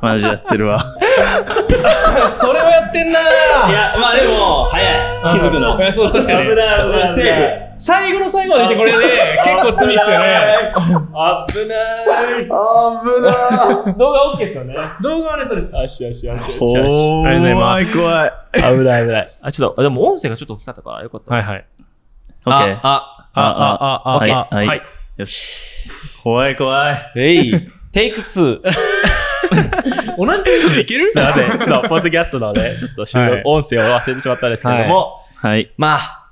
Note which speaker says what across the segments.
Speaker 1: マジやってるわ。
Speaker 2: それはやってんなー
Speaker 3: いや、まあでも、早い。気づくの。
Speaker 2: うんそう、確かに。
Speaker 3: 危ない危ない危ない
Speaker 2: セーフ。最後の最後まで見てこれ で、結構罪っすよね。
Speaker 3: 危ない。
Speaker 4: あ
Speaker 2: 動画 OK ですよね。動画はね、撮れ
Speaker 3: あしあしあしあし。
Speaker 1: おー、。
Speaker 2: ありがとうございます
Speaker 1: 怖い、
Speaker 3: 危ない危ない。あ、ちょっと、でも音声がちょっと大きかったから、よかった。
Speaker 2: はいはい。
Speaker 1: 怖い。OK。
Speaker 2: あ、あ、あ、あ、
Speaker 1: はい
Speaker 2: あ、あ、
Speaker 1: はい
Speaker 2: はい。
Speaker 1: よし。怖い怖い。
Speaker 3: え い。テイク2。
Speaker 2: 同じテンションでいける
Speaker 3: すいません。ちょっと、ポッドキャストのね、ちょっと収録、
Speaker 2: はい
Speaker 3: 音声を忘れてしまったんですけども、
Speaker 1: はい。
Speaker 4: まあ、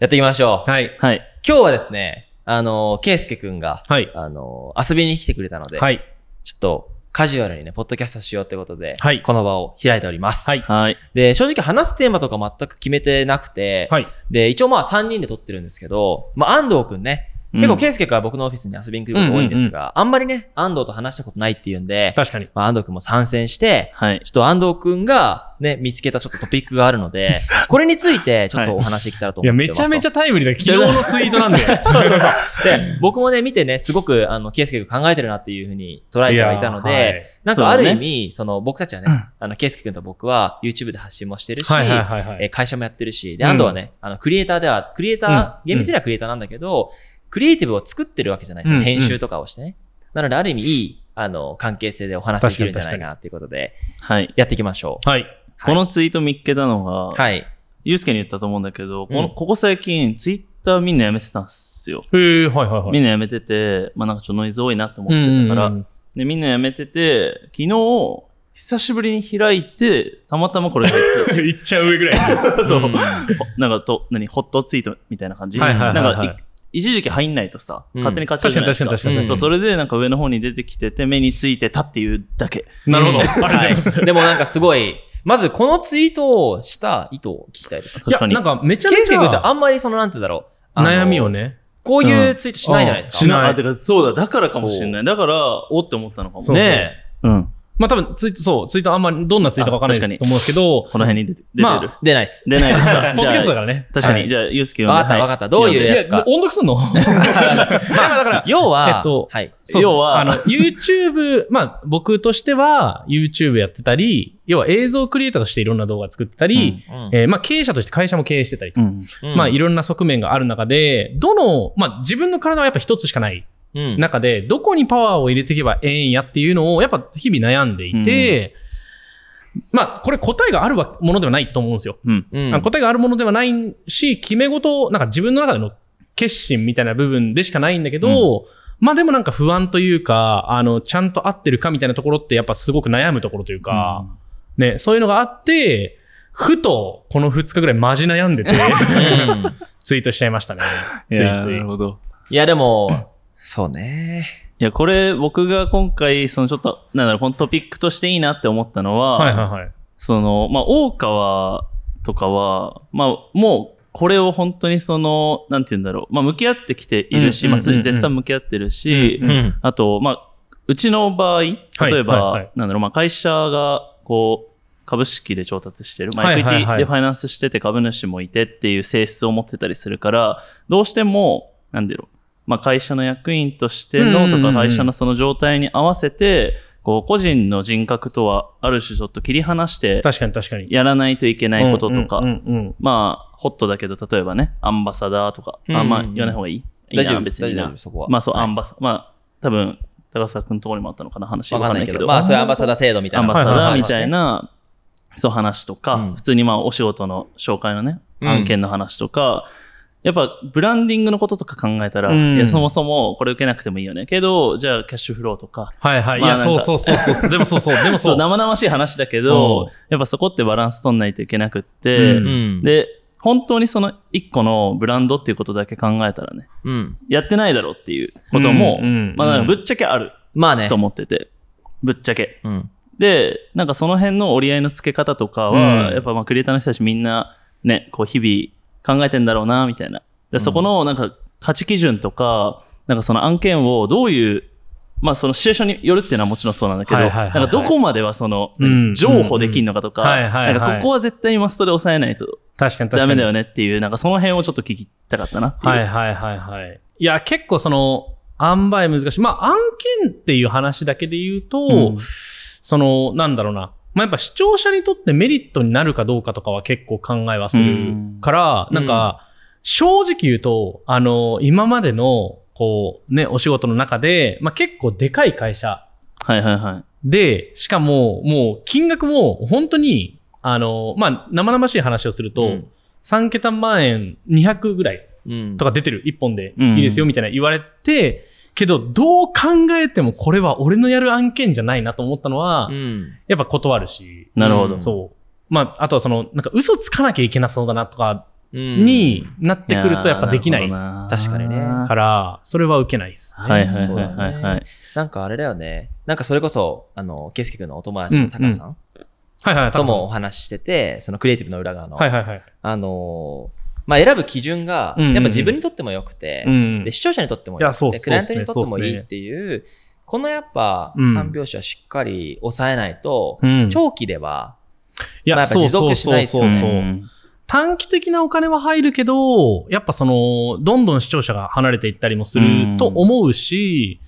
Speaker 4: やっていきましょう。
Speaker 2: はい。
Speaker 1: はい。
Speaker 4: 今日はですね、あの、ケイスケくんが、
Speaker 2: はい。
Speaker 4: あの、遊びに来てくれたので、
Speaker 2: はい。
Speaker 4: ちょっとカジュアルにね、ポッドキャストしようってことで、
Speaker 2: はい
Speaker 4: この場を開いております。
Speaker 2: はい
Speaker 1: はい。
Speaker 4: で、正直話すテーマとか全く決めてなくて、
Speaker 2: はい。
Speaker 4: で、一応まあ3人で撮ってるんですけど、まあ安藤くんね、
Speaker 1: うん
Speaker 4: 結構圭介君は僕のオフィスに遊びに来ることが多いんですが、あんまりね、安藤と話したことないっていうんで、
Speaker 2: 確かに。
Speaker 4: まあ安藤くんも参戦して、
Speaker 1: はい。
Speaker 4: ちょっと安藤くんがね、見つけたちょっとトピックがある ので、これについてちょっとお話しできたらと
Speaker 2: い
Speaker 4: 思
Speaker 2: や、
Speaker 4: ってます
Speaker 2: め
Speaker 4: と。
Speaker 2: ちゃめちゃタイムリーだ。昨日のツイートなん で。そうそうそう。
Speaker 4: で、僕もね、見てね、すごく、あの、ケイスケ君考えてるなっていうふうに捉えてはいたので、
Speaker 2: いやはい
Speaker 4: なんかある
Speaker 1: そう
Speaker 4: 意
Speaker 1: だ
Speaker 4: 味、その、僕たちはね、あの、ケイスケ君と僕は YouTube で発信もしてるし、
Speaker 2: はいはいはいは
Speaker 4: え
Speaker 2: い。
Speaker 4: ー会社もやってるし、で、
Speaker 2: うん
Speaker 4: 安藤はね、あの、クリエイターでは、クリエイター、
Speaker 2: うん
Speaker 4: 厳密にはクリエイターなんだけど、クリエイティブを作ってるわけじゃないですよ。
Speaker 2: うん
Speaker 4: 編集とかをしてね。なので、ある意味、いい、あの、関係性でお話しできるんじゃないかなっていうことで、
Speaker 1: はい。
Speaker 4: やっていきましょう。
Speaker 2: はい。
Speaker 1: このツイート見っけたのが、
Speaker 4: はい。
Speaker 1: ゆうすけに言ったと思うんだけど、こ
Speaker 4: うん
Speaker 1: のここ最近、ツイッターみんなやめてたんですよ。
Speaker 2: えー、はいはいはい。
Speaker 1: みんなやめてて、まあなんかちょっとノイズ多いなと思ってたか
Speaker 2: うんうんう
Speaker 1: ら、で、みんなやめてて、昨日、久しぶりに開いて、たまたまこれが入 って
Speaker 2: いっちゃう上ぐらい。
Speaker 1: たそう。
Speaker 4: うん
Speaker 1: ほなんかと、何、ホットツイートみたいな感じ。
Speaker 2: はいはい
Speaker 1: な
Speaker 2: は
Speaker 1: ん
Speaker 2: いはい
Speaker 1: か、い一時期入んないとさ、
Speaker 4: うん
Speaker 1: 勝手に勝ちゃうじゃないですか。
Speaker 2: 確か
Speaker 4: に確かに確かに
Speaker 1: そう、それでなんか上の方に出てきてて、目についてたっていうだけ。
Speaker 2: なるほど。あ
Speaker 4: うん
Speaker 2: りがとうございます。
Speaker 4: はでもなんかすごい、まずこのツイートをした意図を聞きたいです。
Speaker 1: 確かに。
Speaker 2: いやなんかめちゃ
Speaker 4: ケイ
Speaker 2: め
Speaker 4: ス
Speaker 2: ち
Speaker 4: ケ君って
Speaker 2: ゃ
Speaker 4: あんまりその、なんて言うんだろう。あの
Speaker 2: 悩みを。ね。
Speaker 4: こういうツイートしないじゃないですか。
Speaker 2: うんしない
Speaker 1: あ、てか、そうだ、だからかもしれない。だから、おって思ったのかも。
Speaker 2: そう
Speaker 4: ね
Speaker 1: うん。
Speaker 2: まあ多分ツイート、そう、ツイートあんまりどんなツイートかわかんない
Speaker 1: あ確かに
Speaker 2: と思うんですけど、
Speaker 1: この辺に出て出
Speaker 2: ま
Speaker 1: て
Speaker 2: あ
Speaker 1: る。
Speaker 4: え。出ないっす。
Speaker 1: 出ないですか
Speaker 2: ポッドキャストだから
Speaker 1: ね。
Speaker 2: ね。
Speaker 1: 確か
Speaker 2: は
Speaker 1: に。
Speaker 2: い
Speaker 1: じゃあ、ゆうすけ呼ん
Speaker 4: わ
Speaker 1: で。
Speaker 4: かった
Speaker 1: はい
Speaker 4: わかった。どういう
Speaker 2: い
Speaker 4: や
Speaker 2: や
Speaker 4: つ、
Speaker 2: もう
Speaker 4: か。
Speaker 2: 音読すんの まあだから、
Speaker 4: 要は、
Speaker 2: えっと
Speaker 4: はい。
Speaker 2: そうそう
Speaker 1: 要は
Speaker 2: あの、YouTube、まあ、僕としては、YouTube やってたり、要は映像クリエイターとしていろんな動画作ってたり、えーまあ、経営者として会社も経営してたりと、
Speaker 1: うん。
Speaker 2: まあ、い
Speaker 4: る。
Speaker 2: ろんな側面がある中で、どの、まあ、自分の体はやっぱ一つしかない
Speaker 4: うん
Speaker 2: 中で、どこにパワーを入れていけばええんやっていうのを、やっぱ日々悩んでいて、まあ、これ答えがあるわものではないと思うんですよ。
Speaker 1: うん。
Speaker 4: うん
Speaker 2: あの答えがあるものではないし、決め事を、なんか自分の中での決心みたいな部分でしかないんだけど、まあでもなんか不安というか、あの、ちゃんと合ってるかみたいなところってやっぱすごく悩むところというか、ね、そういうのがあって、ふと、この2日ぐらいマジ悩 んでて、
Speaker 4: うん
Speaker 2: ツイートしちゃいましたね。
Speaker 1: い
Speaker 2: つ
Speaker 1: や
Speaker 2: いつい
Speaker 1: なる。ほど。
Speaker 4: いや、でも、そうね。
Speaker 1: いや、これ、僕が今回、そのちょっと、なんだろう、このトピックとしていいなって思ったのは、
Speaker 2: はいはいはい。
Speaker 1: その、まあ、大川とかは、まあ、もう、これを本当にその、なんて言うんだろう、まあ、向き合ってきているし、
Speaker 2: うん
Speaker 1: まあ、すで
Speaker 2: うん
Speaker 1: に絶賛向き合ってるし、
Speaker 2: うん
Speaker 4: ん。
Speaker 1: あと、まあ、うちの場合、例えば、
Speaker 2: はいはい
Speaker 1: なんだろう、まあ、会社が、こう、株式で調達してる、まあ、
Speaker 2: は
Speaker 1: エクイ
Speaker 2: い
Speaker 1: テ
Speaker 2: はいはい
Speaker 1: ィでファイナンスしてて株主もいてっていう性質を持ってたりするから、どうしても、なんだろう、まあ、会社の役員としての
Speaker 2: う
Speaker 1: と
Speaker 2: んうんう
Speaker 1: か、
Speaker 2: ん
Speaker 1: 会社のその状態に合わせて、こう、個人の人格とは、ある種ちょっと切り離して、
Speaker 2: 確かに確かに。
Speaker 1: やらないといけないこととか、
Speaker 2: うんうんうんうん
Speaker 1: まあ、ホットだけど、例えばね、アンバサダーとか、
Speaker 4: うんうんう
Speaker 1: あ
Speaker 4: ん
Speaker 1: まあ、言わない方がいいいい
Speaker 4: 大丈
Speaker 1: な、
Speaker 4: 夫、
Speaker 1: 別に
Speaker 4: 大
Speaker 1: な
Speaker 4: 丈夫、そこは。
Speaker 1: まあそう、
Speaker 4: はい
Speaker 1: アンバサ、まあ、多分、高坂君のところにもあったのかな、話
Speaker 4: わ
Speaker 1: わか
Speaker 4: か
Speaker 1: ん
Speaker 4: んな
Speaker 1: ないい
Speaker 4: け
Speaker 1: け
Speaker 4: ど。
Speaker 1: ど、
Speaker 4: まあ、そういうアンバサダー制度みた
Speaker 1: ア
Speaker 4: い
Speaker 1: ン
Speaker 4: な。
Speaker 1: バサダーみ
Speaker 4: は
Speaker 1: たい。な、そう話とか、
Speaker 4: うん
Speaker 1: 普通にまあ、お仕事の紹介のね、
Speaker 4: うん
Speaker 1: 案件の話とか、やっぱ、ブランディングのこととか考えたら、
Speaker 2: うん
Speaker 1: いや、そもそもこれ受けなくてもいいよね。けど、じゃあ、キャッシュフローとか、
Speaker 2: はいはい。い
Speaker 1: まあ
Speaker 2: や、
Speaker 1: なんか
Speaker 2: そうそうそうそう。でもそうそう。で も
Speaker 1: そ、
Speaker 2: そうう。
Speaker 1: 生々しい話だけど、
Speaker 2: うん
Speaker 1: やっぱそこってバランス取んないといけなくって、
Speaker 2: うん
Speaker 4: うん。
Speaker 1: で、本当にその一個のブランドっていうことだけ考えたらね、
Speaker 4: うん。
Speaker 1: やってないだろうっていうことも、
Speaker 2: うんうん
Speaker 1: まあなんかぶっちゃけある
Speaker 4: まあね
Speaker 1: と。思ってて、ぶっちゃけ。
Speaker 4: うん。
Speaker 1: で、なんかその辺の折り合いのつけ方とかは、
Speaker 2: うん
Speaker 1: やっぱまあクリエイターの人たちみんなね、こう日々考えてんだろうな、みたいな。で、そこのなんか価値基準とか、なんかその案件をどういう、まあそのシチュエーションによるっていうのはもちろんそうなんだけど、
Speaker 2: はいはいはい
Speaker 1: な
Speaker 2: は
Speaker 1: ん
Speaker 2: い
Speaker 1: かどこまではその、
Speaker 2: うん
Speaker 1: 譲歩できるのかとか、
Speaker 2: うんうんはいはいはい
Speaker 1: なんかここは絶対にマストで抑えないと
Speaker 2: 確かに確かに。
Speaker 1: ダメだよねっていう、なんかその辺をちょっと聞きたかったなっていう。
Speaker 2: はいはいはいはい。いや、結構その、塩梅難しい。まあ、案件っていう話だけで言うと、
Speaker 1: うん
Speaker 2: その、なんだろうな。まあ、やっぱ視聴者にとってメリットになるかどうかとかは結構考えはするから、
Speaker 4: うん
Speaker 2: なんか、正直言うと、あの、今までの、こう、ね、お仕事の中で、まあ、結構でかい会社
Speaker 1: はいはいはい。
Speaker 2: で、しかも、もう、金額も、本当に、あの、まあ、生々しい話をすると、
Speaker 4: うん
Speaker 2: 3桁万円200ぐらい
Speaker 4: うん
Speaker 2: とか出てる、1本で
Speaker 1: うん
Speaker 2: いいですよみたいな言われて、けど、どう考えてもこれは俺のやる案件じゃないなと思ったのは、
Speaker 4: うん
Speaker 2: やっぱ断るし、
Speaker 1: なるほど。
Speaker 4: うん
Speaker 2: そう。まあ、あとはその、なんか嘘つかなきゃいけなそうだなとか
Speaker 4: うん
Speaker 2: になってくるとやっぱできない
Speaker 1: やー
Speaker 2: か
Speaker 1: るほどな
Speaker 4: 確かにね
Speaker 1: は
Speaker 2: ら、それは受けないです。
Speaker 1: いはいはいはい
Speaker 4: そう
Speaker 1: は
Speaker 4: だ
Speaker 1: い
Speaker 4: ね。なんかあれだよね。なんかそれこそ、あの、ケイスケ君のお友達のタカさん
Speaker 2: はいはい、
Speaker 4: と
Speaker 2: 多分
Speaker 4: もお話ししてて、そのクリエイティブの裏側の、
Speaker 2: はいはいはい。
Speaker 4: あのーまあ、選ぶ基準が、
Speaker 2: うんうんうん
Speaker 4: やっぱ自分にとっても良くて、
Speaker 2: うん
Speaker 4: で、。視聴者にとっても
Speaker 2: い
Speaker 4: 良
Speaker 2: やそ
Speaker 4: く
Speaker 2: う
Speaker 4: て、
Speaker 2: そう
Speaker 4: クライアントにとって
Speaker 2: そ
Speaker 4: も
Speaker 2: うっすね
Speaker 4: いいっていう、このやっぱ、
Speaker 2: うん
Speaker 4: 三拍子はしっかり抑えないと、
Speaker 2: うん
Speaker 4: 長期では、
Speaker 2: いや、
Speaker 4: まあやっぱ
Speaker 2: そう
Speaker 4: 持
Speaker 2: そう
Speaker 4: 続しな
Speaker 2: そう
Speaker 4: いっす
Speaker 2: そ
Speaker 4: よ
Speaker 2: う
Speaker 4: ね
Speaker 2: そう。
Speaker 1: ん
Speaker 2: 短期的なお金は入るけど、やっぱその、どんどん視聴者が離れていったりもす
Speaker 1: うん
Speaker 2: ると思うし、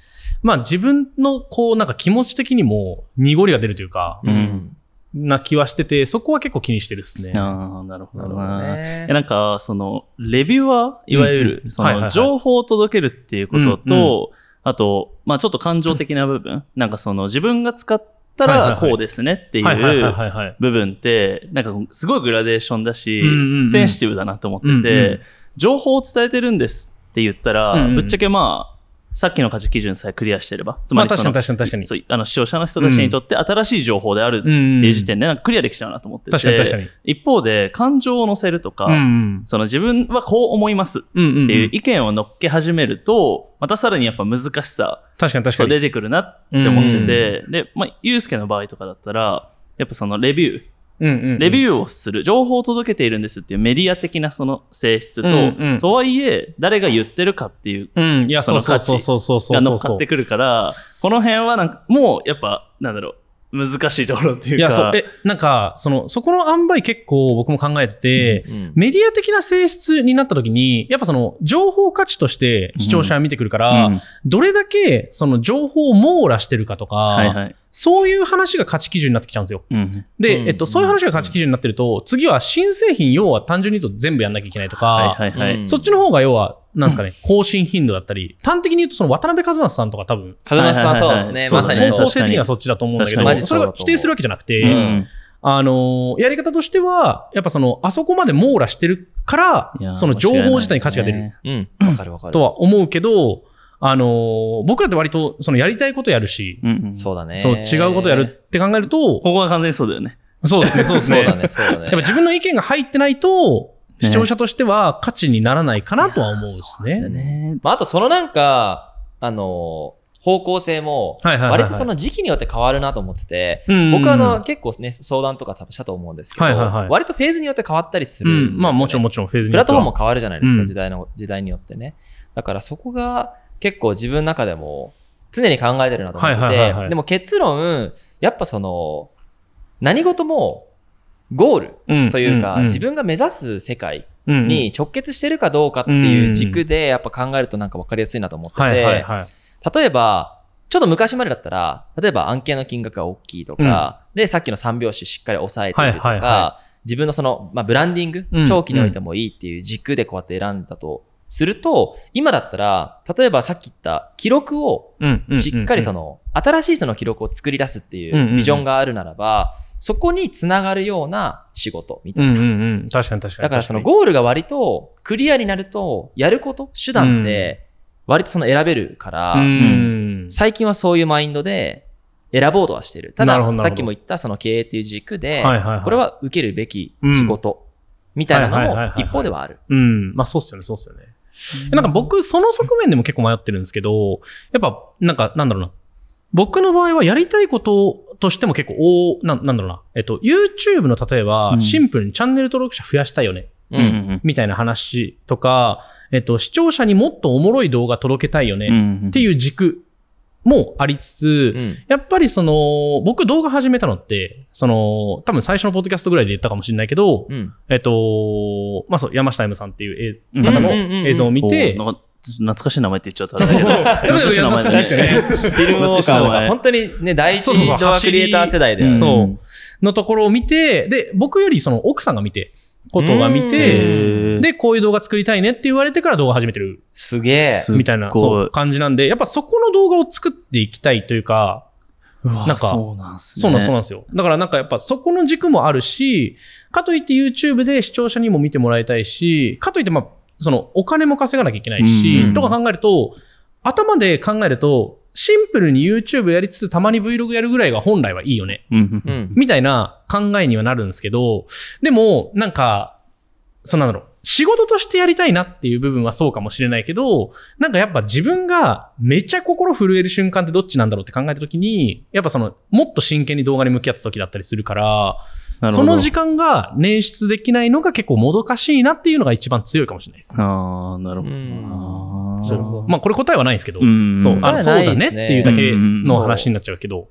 Speaker 2: まあ自分のこうなんか気持ち的にも濁りが出るというか、
Speaker 1: うん
Speaker 2: な気はしてて、そこは結構気にしてるですね。
Speaker 1: ああ、なるほど
Speaker 4: なるほど
Speaker 1: な。
Speaker 4: ね
Speaker 1: いやなんか、その、レビュアーいわゆ
Speaker 2: うんう
Speaker 1: る、
Speaker 2: ん
Speaker 1: そ
Speaker 2: はいはいは
Speaker 1: の、
Speaker 2: い
Speaker 1: 情報を届けるっていうこと
Speaker 2: うん
Speaker 1: と、あと、まあちょっと感情的な部分、なんかその、自分が使った
Speaker 2: はいはい
Speaker 1: ら
Speaker 2: はい
Speaker 1: こうですねってい
Speaker 2: はいはいはいうはいはい。
Speaker 1: 部分って、なんかすごいグラデーションだし
Speaker 2: うんうんう、ん
Speaker 1: センシティブだなと思
Speaker 2: うん
Speaker 1: っ
Speaker 2: う
Speaker 1: て
Speaker 2: ん
Speaker 1: て、情報を伝えてるんですって言ったら
Speaker 2: うんう、ん
Speaker 1: ぶっちゃけまあ、さっきの価値基準さえクリアしてれば、つま
Speaker 2: まあ
Speaker 1: り
Speaker 2: 確
Speaker 1: その
Speaker 2: かに、確かに確かに。
Speaker 1: そうあの視聴者の人たちにとって新しい情報であるって
Speaker 2: ん
Speaker 1: いう時点でなんかクリアできちゃうなと思ってて、
Speaker 2: 確かに確かに。
Speaker 1: 一方で感情を乗せるとか、
Speaker 2: うん
Speaker 1: その自分はこう思いますっ
Speaker 2: うん。うんうん
Speaker 1: ていうう意見を乗っけ始めると、またさらにやっぱ難しさ、
Speaker 2: 確かに確
Speaker 1: そ
Speaker 2: か
Speaker 1: う
Speaker 2: に。
Speaker 1: 出てくるなって思ってて、で、まあ、ゆうすけの場合とかだったら、やっぱそのレビュー、
Speaker 2: うんうんうん
Speaker 1: レビューをする、情報を届けているんですっていうメディア的なその性質と、
Speaker 2: うんうん
Speaker 1: とはいえ、誰が言ってるかっていう
Speaker 2: うん。いや、
Speaker 1: そ
Speaker 2: そ
Speaker 1: の
Speaker 2: うそうそうそうそうそう
Speaker 1: が
Speaker 2: そ
Speaker 1: 乗
Speaker 2: う
Speaker 1: っかってくるから、この辺はなんか、もうやっぱ、なんだろう、難しいところっていうか。
Speaker 2: いや、そう。え、なんか、その、そこの塩梅結構僕も考えてて、
Speaker 4: うん
Speaker 2: メディア的な性質になった時に、やっぱその情報価値として視聴者は見てくるから、
Speaker 1: うん
Speaker 2: どれだけその情報を網羅してるかとか、
Speaker 1: はいはい。
Speaker 2: そういう話が価値基準になってきちゃうんですよ。
Speaker 1: うん
Speaker 2: で、
Speaker 4: うん
Speaker 2: えっと、そういう話が価値基準になってると、次は新製品、要は単純に言うと全部やんなきゃいけないとか、
Speaker 1: はいはいはい。
Speaker 4: うん
Speaker 2: そっちの方が要は、なんですかね、更新頻度だったり、端的に言うとその渡辺和正さんとか多分、
Speaker 4: 風間さん、
Speaker 1: はい
Speaker 4: そう
Speaker 1: はいはい
Speaker 4: ですね。
Speaker 1: そう
Speaker 4: ま
Speaker 1: だ
Speaker 4: さ
Speaker 1: ね
Speaker 2: 方
Speaker 4: にそう
Speaker 2: 向。性的にはそっちだと思うんだけど、
Speaker 1: 確かに
Speaker 2: それが否定するわけじゃなくて、
Speaker 4: うん
Speaker 2: あのーやり方としては、やっぱその、あそこまで網羅してるか
Speaker 1: いや
Speaker 2: ら、その情報自体に価値が出る。
Speaker 4: うん。わかるわかる。
Speaker 2: とは思うけど、あのー僕らって割と、そのやりたいことやるし、
Speaker 1: 間違いないねうんうん
Speaker 4: そうだね。
Speaker 2: そう、違うことやるって考えると、
Speaker 1: ここは完全にそうだよね。
Speaker 2: そうですね、そう です
Speaker 4: そうだ
Speaker 2: ね。
Speaker 4: ね、そうだね。
Speaker 2: やっぱ自分の意見が入ってないと、
Speaker 1: ね
Speaker 2: 視聴者としては価値にならないかなとは思うですね。
Speaker 1: ね
Speaker 4: まあ、あとそのなんか、あのー方向性も、
Speaker 2: はいはいはいはい
Speaker 4: 割とその時期によって変わるなと思ってて、
Speaker 2: うんうんうん
Speaker 4: 僕はあの結構ね、相談とか多分したと思うんですけど、
Speaker 2: はいはいはい
Speaker 4: 割とフェーズによって変わったりす
Speaker 2: う
Speaker 4: るんですよね、
Speaker 2: ん、まあもちろんもちろんフェーズによ
Speaker 4: プラ
Speaker 2: っ
Speaker 4: ッ
Speaker 2: て
Speaker 4: ト
Speaker 2: は
Speaker 4: フォームも変わるじゃないですか、
Speaker 2: うん
Speaker 4: 時代の、時代によってね。だからそこが結構自分の中でも常に考えてるなと思ってて、
Speaker 2: はいはいはいはい
Speaker 4: でも結論、やっぱその、何事もゴールというか、
Speaker 2: んんん
Speaker 4: 自分が目指す世界
Speaker 2: うんうん
Speaker 4: に直結してるかどうかっていう軸でやっぱ考えるとなんか分かりやすいなと思ってて、
Speaker 2: はいはいはい。
Speaker 4: 例えば、ちょっと昔までだったら、例えば案件の金額が大きいとか、で、さっきの三拍子しっかり抑えてるとか、
Speaker 2: はいはいは
Speaker 4: 自分のその、まあ、ブランディング
Speaker 2: うん、
Speaker 4: 長期においてもいいっていう軸でこうやって選んだとすると、今だったら、例えばさっき言った記録を
Speaker 2: うんうん
Speaker 4: しっかりそ
Speaker 2: の、
Speaker 4: の、新しいその記録を作り出すってい
Speaker 2: んうんう
Speaker 4: うんビジョンがあるならば、そこにつながるような仕事みたいな
Speaker 2: うんうんうん、確かに確かに。
Speaker 4: だからそのゴールが割とクリアになると、やること、手段って、割とその選べるから、
Speaker 2: うん、
Speaker 4: 最近はそういうマインドで選ぼうとはしてる。ただ
Speaker 2: なるほど、な
Speaker 4: さ
Speaker 2: るほど
Speaker 4: っきも言ったその経営っていう軸で、
Speaker 2: はいはいはい
Speaker 4: これは受けるべき仕事みたいなの
Speaker 2: はいはいはい
Speaker 4: も
Speaker 2: はいはい
Speaker 4: 一方ではある。
Speaker 2: うん。まあそうっすよね、そうっすよね。なんか僕、その側面でも結構迷ってるんですけど、やっぱ、なんか、なんだろうな。僕の場合はやりたいこととしても結構、おなんなんだろうな。えっと、YouTube の例えば
Speaker 1: う、ん
Speaker 2: シンプルにチャンネル登録者増やしたいよね。
Speaker 1: う
Speaker 4: うん。
Speaker 1: うんん
Speaker 2: みたいな話とか、えっと、視聴者にもっとおもろい動画届けたいよね。
Speaker 1: うんうん。
Speaker 2: って
Speaker 1: う
Speaker 2: いう軸もありつつ、
Speaker 4: うん
Speaker 2: やっぱりその、僕動画始めたのって、その、多分最初のポッドキャストぐらいで言ったかもしれないけど、
Speaker 4: うん。
Speaker 2: えっと、まあそう、山下 M さんっていうえ
Speaker 1: うん
Speaker 2: 方の
Speaker 4: うんうんうんうん
Speaker 2: 映像を見て、
Speaker 1: なんか懐かしい名前って言っちゃ ったあれだけど。懐かしい名前だ
Speaker 2: 懐かしい
Speaker 1: ね。
Speaker 2: ですよね。
Speaker 4: フィルムウォーカーは本当にね、第一
Speaker 2: そうそうそう
Speaker 4: ドアクリエイター世代だよ
Speaker 1: うん
Speaker 4: ね。
Speaker 2: そう。のところを見て、で、僕よりその奥さんが見て、ことが見
Speaker 1: う
Speaker 2: て
Speaker 1: ん、
Speaker 2: で、こういう動画作りたいねって言われてから動画始めてる
Speaker 4: すげえ。
Speaker 1: すっごい
Speaker 2: みたいなそう感じなんで、やっぱそこの動画を作っていきたいというか、
Speaker 1: うわ
Speaker 2: なんか
Speaker 1: そうなんすね。
Speaker 2: そうなんそうなんですよ。だからなんかやっぱそこの軸もあるし、かといって YouTube で視聴者にも見てもらいたいし、かといってまあ、そのお金も稼がなきゃいけないし、
Speaker 1: うん
Speaker 2: とか考えると、頭で考えると、シンプルに YouTube やりつつたまに Vlog やるぐらいが本来はいいよね。
Speaker 1: うん
Speaker 4: う
Speaker 1: うん
Speaker 4: ん。
Speaker 2: みたいな考えにはなるんですけど、でも、なんか、そのなんだろう。仕事としてやりたいなっていう部分はそうかもしれないけど、なんかやっぱ自分がめちゃ心震える瞬間ってどっちなんだろうって考えた時に、やっぱその、もっと真剣に動画に向き合った時だったりするから、
Speaker 1: なるほど
Speaker 2: その時間が捻出できないのが結構もどかしいなっていうのが一番強いかもしれないです。
Speaker 1: ああ、なるほ
Speaker 4: う
Speaker 1: ど
Speaker 4: ん
Speaker 1: な。
Speaker 4: なるほど
Speaker 2: まあこれ答えはないんですけど、
Speaker 1: うん
Speaker 2: そう、あ
Speaker 4: 答え
Speaker 2: の
Speaker 4: は
Speaker 2: そう
Speaker 4: ない
Speaker 2: だ
Speaker 4: ですね
Speaker 2: ねっていうだけの話になっちゃうけど、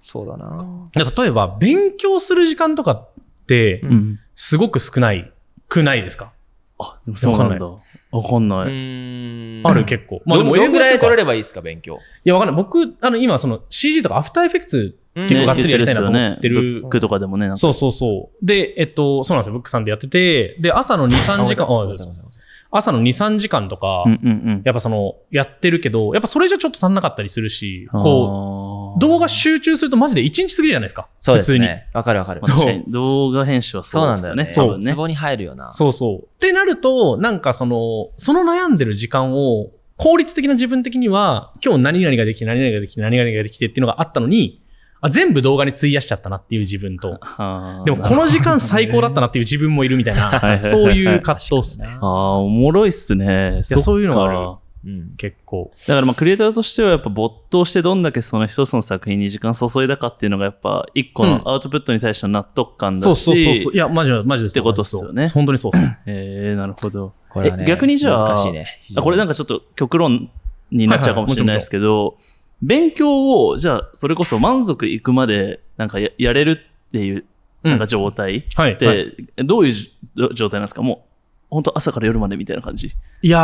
Speaker 4: そうだな。
Speaker 2: いや例えば勉強する時間とかって、
Speaker 4: うん
Speaker 1: うん
Speaker 2: すごく少ない、くないですか
Speaker 1: あ、でもそうなんだ。わかん
Speaker 4: う
Speaker 1: ない。
Speaker 4: ーん。
Speaker 2: ある結構。
Speaker 4: ど
Speaker 2: で
Speaker 4: ん
Speaker 2: も
Speaker 4: どんぐらい取
Speaker 2: る
Speaker 4: れればいいですか、勉強。
Speaker 2: いや、わかんない。僕、あの、今、その CG とかアフターエフェクツ、結構
Speaker 1: ね
Speaker 2: がっつりやりたいなと思って
Speaker 1: 言
Speaker 2: る
Speaker 1: っ。すよねブックとかでもね、なんか
Speaker 2: そうそうそう。で、えっと、そうなんですよ。ブックさんでやってて、で、朝の2、3時間、
Speaker 4: あご
Speaker 2: あ
Speaker 4: めんなさいごめんなさいごめんなさい
Speaker 2: 朝の2、3時間とか、
Speaker 1: うんうん
Speaker 2: やっぱその、やってるけど、やっぱそれじゃちょっと足んなかったりするし、
Speaker 1: うん。
Speaker 2: こ
Speaker 1: こ
Speaker 2: う、動画集中するとマジで1日過ぎるじゃないですか。
Speaker 4: そうです
Speaker 2: 普通に。
Speaker 4: ね。わかるわかる。
Speaker 1: 確かに動画編集はそうですよね。
Speaker 4: そう
Speaker 1: 多
Speaker 4: なん
Speaker 1: 分
Speaker 4: だよね。
Speaker 1: ね
Speaker 4: ツ。ボに入るよな。
Speaker 2: そうそう。ってなると、なんかその、その悩んでる時間を、効率的な自分的には、今日何々ができて、何々ができて、何々ができてっていうのがあったのに、あ全部動画に費やしちゃったなっていう自 分と、
Speaker 1: あー
Speaker 2: でもこの時間最高だったなっていう自分もいるみたい
Speaker 1: い はいはい
Speaker 2: な、
Speaker 1: はい
Speaker 2: そういう葛藤っすね。
Speaker 1: あー、おもろいっすね。そっか
Speaker 2: そういうのがあ
Speaker 4: うん。
Speaker 2: 結構。
Speaker 1: だからまあクリエイターとしてはやっぱ没頭してどんだけその一つの作品に時間注いだかっていうのがやっぱ一個
Speaker 2: うん
Speaker 1: のアウトプットに対しての納得感だし、
Speaker 2: そうそうそうそう。いや、マジで、マジでそ
Speaker 1: っ
Speaker 2: う
Speaker 1: てことっすよね
Speaker 2: 本当にそうっす。
Speaker 1: えー、なるほど。
Speaker 4: これはね
Speaker 1: え逆にじゃあ
Speaker 4: 難しいね。
Speaker 1: あこれなん
Speaker 4: か、
Speaker 1: かちょっと極論になっちゃうかもしれないですけど、勉強をじゃあそれこそ満足いくまでなんかややれるっていう
Speaker 2: うん
Speaker 1: なんか状態
Speaker 2: はい
Speaker 1: って、
Speaker 2: はい
Speaker 1: どういうじょ状態なんですかもう本当朝から夜までみたいな感じ。
Speaker 2: いや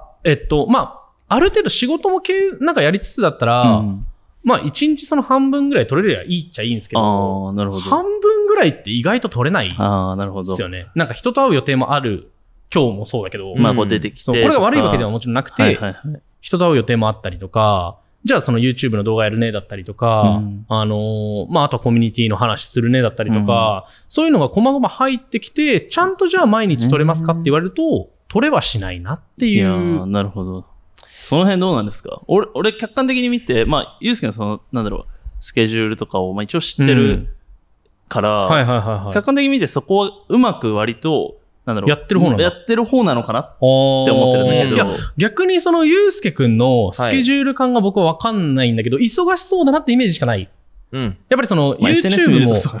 Speaker 2: ー、えっと、まあ、ある程度仕事もけなんかやりつつだったら、
Speaker 1: うん
Speaker 2: まあ、一日その半分ぐらい取れればいいっちゃいいんですけど、
Speaker 1: ああ、なるほど。
Speaker 2: 半分ぐらいって意外と取れないで
Speaker 1: ああ、なるほど
Speaker 2: す。よね。なんか人と会う予定もある、今日もそうだけど、
Speaker 1: まあ、
Speaker 4: うん
Speaker 1: こう出てきて
Speaker 2: そうこれが悪いわけでは
Speaker 1: な
Speaker 2: もちろんなく
Speaker 1: く
Speaker 2: て、
Speaker 1: はいはいはい。
Speaker 2: 人と会う予定もあったりとか、じゃあその YouTube の動画やるねだったりとか、
Speaker 1: うん
Speaker 2: あのーまあ、あとはコミュニティの話するねだったりとか、そういうのが細々入ってきて、ちゃんとじゃあ毎日取れますかって言われると、取れはしないなって
Speaker 1: い
Speaker 2: い
Speaker 1: やー
Speaker 2: う。
Speaker 1: なるほど。その辺どうなんですか俺、俺、客観的に見て、まあ、ゆうすけのその、なんだろう、スケジュールとかを、まあ、一応知ってるから、
Speaker 2: はいはいはいはい
Speaker 1: 客観的に見て、そこはうまく割と、なんだろう、
Speaker 2: やってる方なんだ
Speaker 1: やってる方なのかなっ
Speaker 2: おー。
Speaker 1: て思ってるんだけど、
Speaker 2: いや逆にそのゆうすけくんのスケジュール感が僕はわかんないんだけど、忙しそうだなってイメージしかない。
Speaker 4: うん。
Speaker 2: やっぱりその
Speaker 1: まあ、SNS 見
Speaker 2: YouTube
Speaker 1: る
Speaker 2: も
Speaker 1: と、そうだ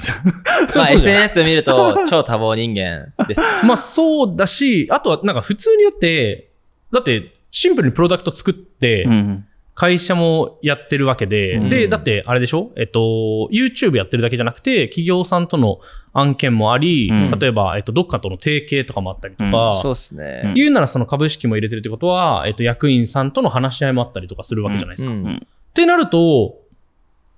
Speaker 4: まあ SNS 見 ると、超多忙人間です。
Speaker 2: まあそうだし、あとはなんか普通によって、だってシンプルにプロダクト作って
Speaker 1: う、ん。
Speaker 2: 会社もやってるわけで、
Speaker 1: うん
Speaker 2: で、だってあれでしょえっと、YouTube やってるだけじゃなくて、企業さんとの案件もあり、
Speaker 1: うん
Speaker 2: 例えば、えっと、どっかとの提携とかもあったりと
Speaker 1: う
Speaker 4: そう
Speaker 2: か、
Speaker 4: ですね。
Speaker 2: 言うならその株式も入れてるってことは、えっと、役員さんとの話し合いもあったりとかするわけじゃないですか。
Speaker 4: うん
Speaker 1: うん
Speaker 2: ってなると、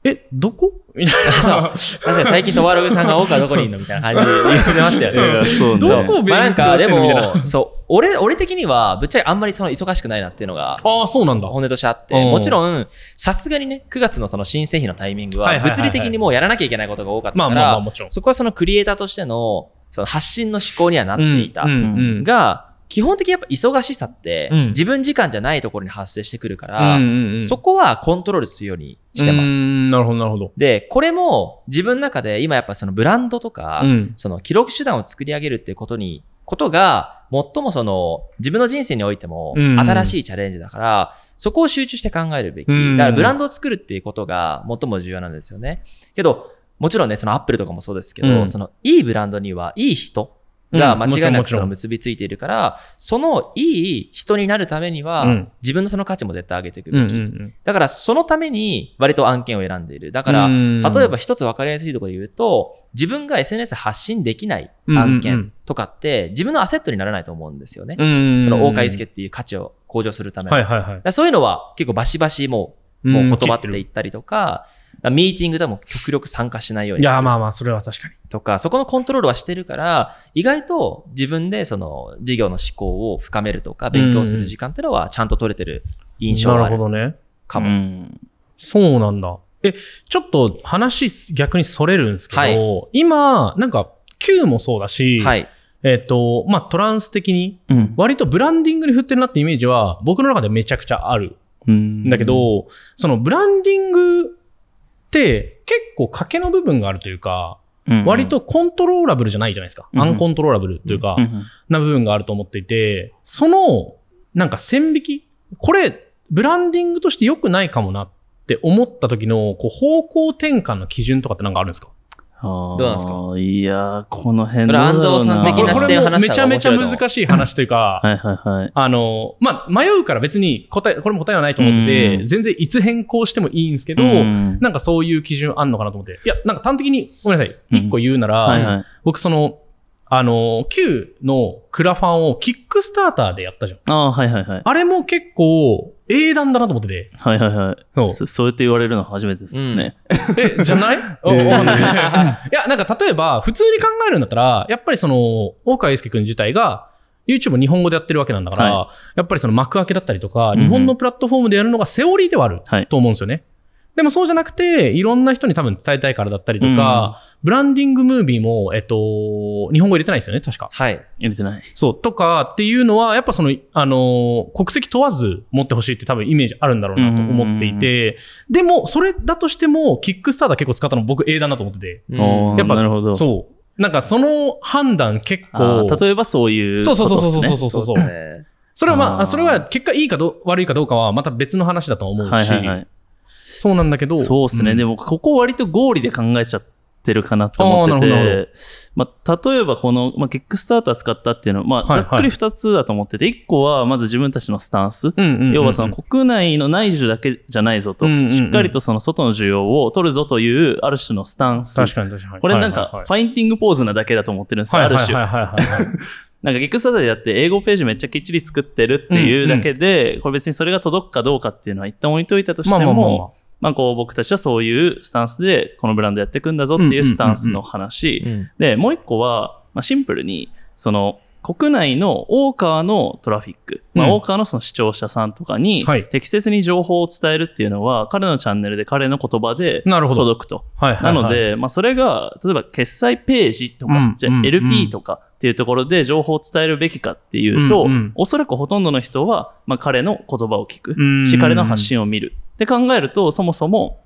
Speaker 2: え、どこみたい な。
Speaker 4: 確かに最近、トワログさんが多くはどこにいるのみたいな感じで言ってましたよね。
Speaker 1: いやそうね
Speaker 2: どこを勉
Speaker 4: まあなん
Speaker 2: 強
Speaker 4: か、
Speaker 2: し
Speaker 4: で
Speaker 2: てるのみたいな。
Speaker 4: も、そう、俺、俺的には、ぶっちゃけあんまりその忙しくないなっていうのが、
Speaker 2: ああ、そうなんだ。
Speaker 4: 本音としてあって、
Speaker 2: うん
Speaker 4: もちろん、さすがにね、9月のその新製品のタイミング
Speaker 2: はい
Speaker 4: は、
Speaker 2: はいはいはい
Speaker 4: 物理的にもうやらなきゃいけないことが多かった
Speaker 2: まあ
Speaker 4: か
Speaker 2: まあまあ
Speaker 4: ら
Speaker 2: もちろん、
Speaker 4: そこはそのクリエイターとしての、その発信の思考にはなっていた
Speaker 2: うん。うんうん
Speaker 4: が、基本的にやっぱ忙しさって
Speaker 2: うん、
Speaker 4: 自分時間じゃないところに発生してくるか
Speaker 2: う
Speaker 4: ら、
Speaker 2: んうんうん
Speaker 4: そこはコントロールするようにしてま
Speaker 2: うー
Speaker 4: す。
Speaker 2: んなるほど、なるほど。
Speaker 4: で、これも自分の中で今やっぱそのブランドとか、
Speaker 2: うん
Speaker 4: その記録手段を作り上げるっていうことに、ことが、最もその、自分の人生においても、
Speaker 2: うん
Speaker 4: 新しいチャレンジだから、そこを集中して考えるべき。だ
Speaker 2: うん
Speaker 4: から、ブランドを作るっていうことが、最も重要なんですよね。けど、もちろんね、そのアップルとかもそうですけど、
Speaker 2: うん
Speaker 4: その、いいブランドには、いい人が
Speaker 2: うん
Speaker 4: 間違い
Speaker 2: もちろ
Speaker 4: なく
Speaker 2: んもちろん
Speaker 4: その結びついているから、そのいい人になるためには、
Speaker 2: うん
Speaker 4: 自分のその価値も絶対上げていく
Speaker 2: うんう
Speaker 4: べ
Speaker 2: ん
Speaker 4: き。
Speaker 2: うん。
Speaker 4: だからそのために割と案件を選んでいる。だから、
Speaker 2: うん
Speaker 4: 例えば一つ分かりやすいところで言うと、自分が SNS 発信できない
Speaker 2: う
Speaker 4: 案
Speaker 2: んうんう
Speaker 4: 件とかって、自分のアセットにならないと思うんですよね。
Speaker 2: うん。
Speaker 4: その大川祐介っていう価値を向上するための。
Speaker 2: はい
Speaker 4: だか
Speaker 2: はいはい。
Speaker 4: らそういうのは結構バシバシもうもう断っていったりとか、ミーティングでも極力参加しないよう
Speaker 2: い
Speaker 4: にす
Speaker 2: や、
Speaker 4: る
Speaker 2: まあまあ、それは確かに。
Speaker 4: とか、そこのコントロールはしてるから、意外と自分でその事業の思考を深めるとか、勉強する時間っていうのはちゃんと取れてる印象が
Speaker 2: な
Speaker 4: あ
Speaker 2: る
Speaker 4: る
Speaker 2: ほどね。
Speaker 4: かも。
Speaker 1: うん
Speaker 2: そうなんだ。え、ちょっと話逆にそれるんですけど、
Speaker 4: はい
Speaker 2: 今、なんか Q もそうだし、
Speaker 4: はい。
Speaker 2: えっ、と、まあトランス的に、
Speaker 1: うん
Speaker 2: 割とブランディングに振ってるなってイメージは僕の中でめちゃくちゃある
Speaker 1: うん
Speaker 2: んだけど、そのブランディングって結構賭けの部分があるという
Speaker 1: う
Speaker 2: か、
Speaker 1: ん
Speaker 2: 割とコントローラブルじゃないじゃないですか。
Speaker 1: うん
Speaker 2: アンコントローラブルというか、
Speaker 1: うんうん
Speaker 2: な部分があると思っていて、その、なんか線引き、これ、ブランディングとして良くないかもなって思った時の、こう、方向転換の基準とかってなんかあるんですか
Speaker 1: ど
Speaker 4: うなんですか
Speaker 1: いやー、この辺
Speaker 4: こ
Speaker 1: ど
Speaker 4: れ
Speaker 1: うだろうな
Speaker 4: 安藤さん的
Speaker 2: これ
Speaker 4: な
Speaker 2: こ
Speaker 4: 視
Speaker 2: れ
Speaker 4: 点
Speaker 2: も
Speaker 4: 話
Speaker 2: め
Speaker 4: し
Speaker 2: ち
Speaker 4: た
Speaker 2: ゃ
Speaker 4: ら
Speaker 2: め
Speaker 4: 面
Speaker 2: ちゃ
Speaker 4: 白いと思う
Speaker 2: 難しい話というか、
Speaker 1: はいはいはい。
Speaker 2: あの、まあ、迷うから別に答え、これも答えはないと思って
Speaker 1: う
Speaker 2: て、
Speaker 1: ん
Speaker 2: 全然いつ変更してもいいんですけど、
Speaker 1: うん
Speaker 2: なんかそういう基準あんのかなと思って。いや、なんか端的に、ごめんなさい。
Speaker 1: うん
Speaker 2: 一個言うなら、
Speaker 1: はいはい。
Speaker 2: 僕その、あの、Q のクラファンをキックスターターでやったじゃん。
Speaker 1: ああ、はいはいはい。
Speaker 2: あれも結構、英断だなと思ってて。
Speaker 1: はいはいはい。
Speaker 2: そう
Speaker 1: そそうやって言われるのは初めてですね。
Speaker 2: え、じ ゃ ないおわかんないいや、なんか例えば、普通に考えるんだったら、やっぱりその、大川祐介くん自体が、YouTube を日本語でやってるわけなんだから、
Speaker 1: は
Speaker 2: やっぱりその幕開けだったりとか、
Speaker 1: うんうん
Speaker 2: 日本のプラットフォームでやるのがセオリーではある
Speaker 1: はい
Speaker 2: と思うんですよね。でもそうじゃなくて、いろんな人に多分伝えたいからだったりとか、ブランディングムービーも、えっと、日本語入れてないですよね、確か。
Speaker 4: はい。
Speaker 1: 入れてない。
Speaker 2: そう、とかっていうのは、やっぱその、あのー、国籍問わず持ってほしいって多分イメージあるんだろうなと思っていて、でも、それだとしても、キックスターター結構使ったの僕英断だと思ってて、
Speaker 4: うん
Speaker 1: おー
Speaker 2: やっぱ
Speaker 1: なるほど。
Speaker 2: そう。なんかその判断結
Speaker 1: あ
Speaker 2: 構、
Speaker 1: ー例えばそういう
Speaker 2: そ
Speaker 1: こと
Speaker 2: うそう
Speaker 1: です、ね。
Speaker 2: そうそうそうそうそう
Speaker 4: そうですね。
Speaker 2: それはまあ、
Speaker 1: あー
Speaker 2: それは結果いいかど悪いかどうかはまた別の話だと思うし、
Speaker 1: はいはいはい。
Speaker 2: そうなんだけど、
Speaker 1: そうですね。
Speaker 2: ん
Speaker 1: でも、ここ割と合理で考えちゃってるかなと思って
Speaker 2: あーなるほどなる
Speaker 1: て、まあ、例えばこの、まあ、キックスターター使ったっていうのは、ま
Speaker 2: はい
Speaker 1: あ、
Speaker 2: は
Speaker 1: ざ
Speaker 2: い
Speaker 1: っくり2つだと思ってて、1個はまず自分たちのスタンス。
Speaker 2: うんうんうんうん
Speaker 1: 要はその国内の内需だけじゃないぞと、
Speaker 2: うんうんうん
Speaker 1: しっかりとその外の需要を取るぞというある種のスタンス。
Speaker 2: 確かに確かに。
Speaker 1: これなん
Speaker 2: はいはい
Speaker 1: か
Speaker 2: はい
Speaker 1: ファインティングポーズなだけだと思ってるんですよ、ある種。
Speaker 2: はいはいはいはいはい
Speaker 1: なんかゲックスターでやって英語ページめっちゃきっちり作ってるっていうだけで、これ別にそれが届くかどうかっていうのは一旦置いといたとして
Speaker 2: まあまあまあまあ
Speaker 1: も、まあこう僕たちはそういうスタンスでこのブランドやっていくんだぞっていうスタンスの話
Speaker 4: う。ん
Speaker 1: で、もう一個は、まあ、シンプルに、その国内の大川のトラフィック、ま
Speaker 2: う
Speaker 1: あ
Speaker 2: ん
Speaker 1: 大川のその視聴者さんとかに
Speaker 2: はい
Speaker 1: 適切に情報を伝えるっていうのは彼のチャンネルで彼の言葉で
Speaker 2: なるほど
Speaker 1: 届くと。
Speaker 2: はいはいは
Speaker 1: ないので、、まあ、それが、例えば決済ページとか、
Speaker 2: うん
Speaker 1: じゃあ
Speaker 2: うん
Speaker 1: LP とかっていうところで情報を伝えるべきかっていうと、
Speaker 2: うんうん
Speaker 1: おそらくほとんどの人は、まあ、彼の言葉を聞く
Speaker 2: うん
Speaker 1: し、彼の発信を見る。で考えると、そもそも、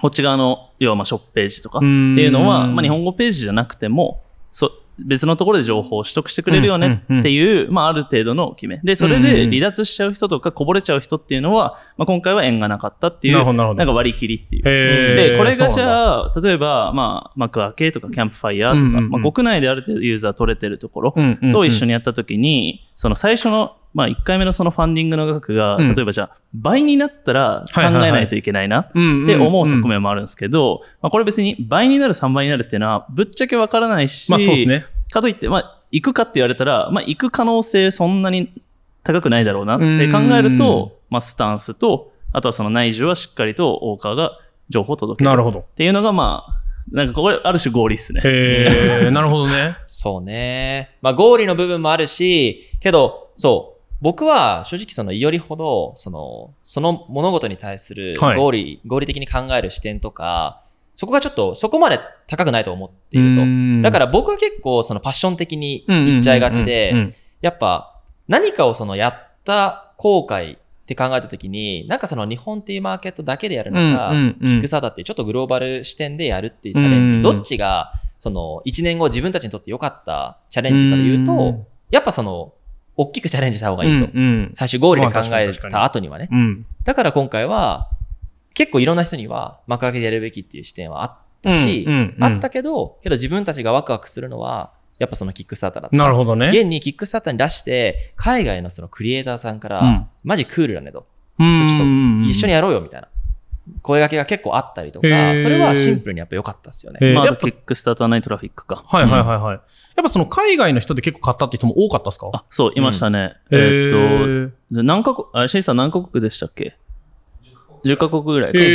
Speaker 1: こっち側の、要はまあショップページとかっ
Speaker 2: う
Speaker 1: て
Speaker 2: ん
Speaker 1: いうのは、まあ、日本語ページじゃなくても、そ別のところで情報を取得してくれるよね
Speaker 2: うんうんうん
Speaker 1: っていう、まあ、ある程度の決め。で、それ
Speaker 2: うんうん
Speaker 1: で
Speaker 2: うん
Speaker 1: 離脱しちゃう人とかこぼれちゃう人っていうのは、まあ、今回は縁がなかったっていう、
Speaker 2: なるほどなるほど
Speaker 1: んか割り切りっていう。
Speaker 2: へー
Speaker 1: で、これが
Speaker 2: そ
Speaker 1: じ
Speaker 2: うなん
Speaker 1: ゃあ、例えば、まあ、幕開けとかキャンプファイヤーとか、
Speaker 2: うんうんうん
Speaker 1: まあ、国内である程度ユーザー取れてるところ
Speaker 2: うんうんうん
Speaker 1: と一緒にやったときに、その最初の、まあ、1回目のそのファンディングの額が、
Speaker 2: うん
Speaker 1: 例えばじゃあ、倍になったら考えないといけないなっ
Speaker 2: うんうん
Speaker 1: て思う側面もあるんですけど、まあ、これ別に倍になる、3倍になるっていうのは、ぶっちゃけわからないし、
Speaker 2: まあそうですね。
Speaker 1: かといって、まあ、行くかって言われたら、まあ、行く可能性そんなに高くないだろうなって考える
Speaker 2: うん
Speaker 1: と、まあ、スタンスと、あとはその内需はしっかりと大川が情報を届ける
Speaker 2: なるほど。
Speaker 1: っていうのが、まあ、なんかこれ、ある種合理っすね。
Speaker 2: へえ、なるほどね。
Speaker 4: そうね。まあ、合理の部分もあるし、けど、そう。僕は正直その、よりほど、その、その物事に対する
Speaker 2: はい、
Speaker 4: 合理、合理的に考える視点とか、そこがちょっと、そこまで高くないと思っていると。だからら僕は結構そのパッション的に
Speaker 2: うん
Speaker 4: 言っちゃいがちで、
Speaker 2: うんうんうん
Speaker 4: やっぱ何かをそのやった後悔って考えた時に、なんかその日本っていうマーケットだけでやるのか、
Speaker 2: うんうんうん
Speaker 4: キックサーターっていうちょっとグローバル視点でやるっていうチャレンジ、
Speaker 2: うん
Speaker 4: どっちがその1年後自分たちにとって良かったチャレンジから言うと、
Speaker 2: うん
Speaker 4: やっぱその大きくチャレンジした方がいいと。
Speaker 2: うんうん
Speaker 4: 最終ゴールで考
Speaker 2: まあ
Speaker 4: え
Speaker 2: 確かに確かに
Speaker 4: た後にはね。
Speaker 2: うん
Speaker 4: だから今回は結構いろんな人には幕開けでやるべきっていう視点はあったし、
Speaker 2: うんうんうん
Speaker 4: あったけど、けど自分たちがワクワクするのは、やっぱそのキックスターターだった。
Speaker 2: なるほどね。
Speaker 4: 現にキックスターターに出して、海外のそのクリエイターさんから、
Speaker 1: うん
Speaker 4: マジクールだねと、
Speaker 2: うん
Speaker 4: ちょっと一緒に
Speaker 2: に
Speaker 4: やろうよみたいな声掛けが結構あったりとか、
Speaker 2: へー
Speaker 4: それはシンプルにやっぱ良かったですよね。
Speaker 2: えー
Speaker 1: まあ、あ
Speaker 2: や
Speaker 1: と
Speaker 2: っぱ
Speaker 1: キックスターターナイトラフィックか。
Speaker 2: はいはい
Speaker 1: うん
Speaker 2: はいはい。やっぱその海外の人で結構買ったって人も多かったですか
Speaker 1: あ、そう、いましたね。え
Speaker 2: へー
Speaker 1: ーっと、で何カ国、あれ、シンさん何カ国でしたっけ ?10 カ国ぐらいか。
Speaker 2: へー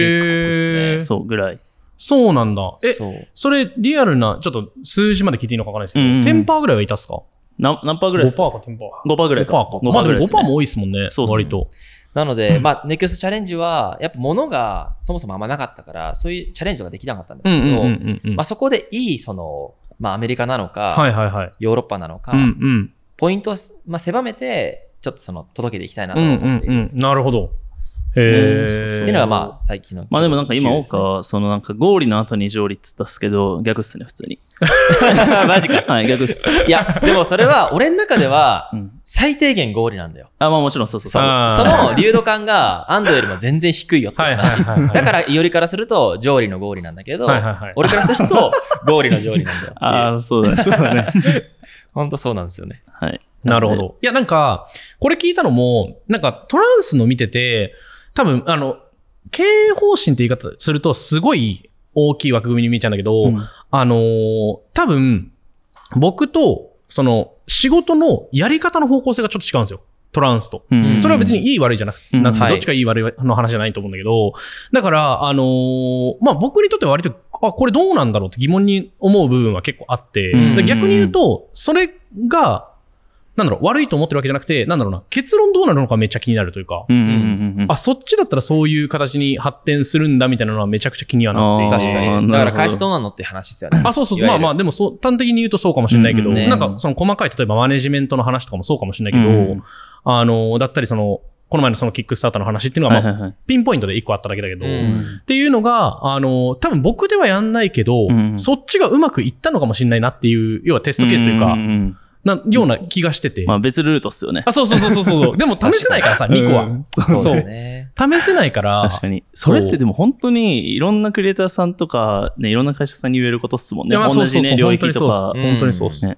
Speaker 1: 10カ国っすねそう、ぐらい。
Speaker 2: そうなんだ。え、
Speaker 4: そう
Speaker 2: それリアルな、ちょっと数字まで聞いていいのかわかんないですけど、
Speaker 1: うんうん
Speaker 2: 10%ぐらいはいたっすか
Speaker 1: な何パーぐらいですか
Speaker 2: 5%か10%。
Speaker 1: ?5 パーぐらい
Speaker 2: 5%
Speaker 1: か。
Speaker 2: か。
Speaker 1: 5
Speaker 2: ま
Speaker 1: パーぐ
Speaker 2: あでも
Speaker 1: らいです、
Speaker 2: 5%
Speaker 1: ね。
Speaker 2: も多いですもんね、
Speaker 1: そうっすね
Speaker 2: 割と。
Speaker 4: なので、まあ、ネクストチャレンジは、やっぱ物がそもそもあんまなかったから、そういうチャレンジができなかったんですけど、まあ、そこでいい、その、まあ、アメリカなのか、
Speaker 2: はいはいはい。
Speaker 4: ヨーロッパなのか、
Speaker 2: うんうん。
Speaker 4: ポイントを、まあ、狭めて、ちょっとその、届けていきたいな
Speaker 2: う
Speaker 4: と
Speaker 2: ん
Speaker 4: 思
Speaker 2: うん
Speaker 4: っている。
Speaker 2: うん。なるほど。
Speaker 1: そうそう
Speaker 2: へ
Speaker 1: そ
Speaker 4: っ
Speaker 2: え。
Speaker 4: ていうのが、まあ、最近の。
Speaker 1: まあでもなんか今、
Speaker 4: 多
Speaker 1: 岡、そのなんか、ゴーリの後に上理っつったっすけど、逆っす ね、普通に。
Speaker 4: マジか。
Speaker 1: はい、逆っす。
Speaker 4: いや、でもそれは、俺の中では
Speaker 1: う、ん。
Speaker 4: 最低限合理なんだよ。
Speaker 1: あ、まあもちろんそうそうそ
Speaker 4: そ
Speaker 1: う。
Speaker 2: あー
Speaker 4: その流度感が、安藤よりも全然低いよって
Speaker 2: はいはい
Speaker 4: 話。
Speaker 2: はいはい。
Speaker 4: だから、いおりからすると、上理の合理なんだけど、
Speaker 2: はいはいはい
Speaker 4: 俺からす ると、合理の上理なんだよっていう。
Speaker 1: ああ、そうだね、そうだね。
Speaker 4: ほんとそうなんですよね。
Speaker 1: はい。
Speaker 2: なるほ
Speaker 1: ので。
Speaker 2: ど。いや、なんか、これ聞いたのも、なんか、トランスの見てて、多分、あの、経営方針って言い方すると、すごい大きい枠組みに見えちゃうんだけ
Speaker 1: う
Speaker 2: ど、
Speaker 1: ん
Speaker 2: あのー多分、僕と、その、仕事のやり方の方向性がちょっと違うんですよ。トランスと。
Speaker 1: うん
Speaker 2: それは別にいい悪いじゃなくて、
Speaker 1: うん
Speaker 2: なくて
Speaker 4: はい
Speaker 2: どっちがいい悪いの話じゃないと思うんだけど、だから、あのーまあ、僕にとっては割と、あ、これどうなんだろうって疑問に思う部分は結構あって、
Speaker 1: うん
Speaker 2: で逆に言うと、それが、なんだろう、悪いと思ってるわけじゃなくて、なんだろうな、結論どうなるのかめっちゃ気になるというか、
Speaker 1: うんうんうんうん。
Speaker 2: あ、そっちだったらそういう形に発展するんだみたいなのはめちゃくちゃ気にはなっていて。
Speaker 1: あー
Speaker 4: 確かに。
Speaker 1: な
Speaker 4: だか
Speaker 1: る
Speaker 4: ら、
Speaker 1: ほど
Speaker 4: 会社どうなんのって話ですよね。
Speaker 2: あ、そうそう
Speaker 4: い
Speaker 2: そう。まあ
Speaker 4: わゆる
Speaker 2: まあ、でもそう、端的に言うとそうかもしれないけど、
Speaker 1: うん
Speaker 4: ね
Speaker 2: なんかその細かい、例えばマネジメントの話とかもそうかもしれないけど、
Speaker 1: うん
Speaker 2: あの、だったりその、この前のそのキックスターターの話っていうのが、
Speaker 1: はい
Speaker 2: ま
Speaker 1: は
Speaker 2: あ、
Speaker 1: いはい。
Speaker 2: ピンポイントで一個あっただけだけど、
Speaker 4: う
Speaker 1: うんん
Speaker 2: っていうのが、あの、多分僕ではやんないけど、
Speaker 1: うん
Speaker 2: そっちがうまくいったのかもしれないなっていう、要はテストケースというか、
Speaker 1: んんん
Speaker 2: な、ような気がしてて。
Speaker 1: まあ別ルートっすよね。
Speaker 2: あ、そうそうそうそう そう。でも試せないからさ、2個は。
Speaker 1: うん
Speaker 2: そう
Speaker 4: そうだよね。
Speaker 2: 試せないから、
Speaker 1: 確かに。それってでも本当にいろんなクリエイターさんとか、ね、いろんな会社さんに言えることっすもん
Speaker 2: い
Speaker 1: ね。
Speaker 2: やまあ
Speaker 1: 同じね、領域とか
Speaker 2: 本。当にそうっす。
Speaker 1: うん
Speaker 2: 本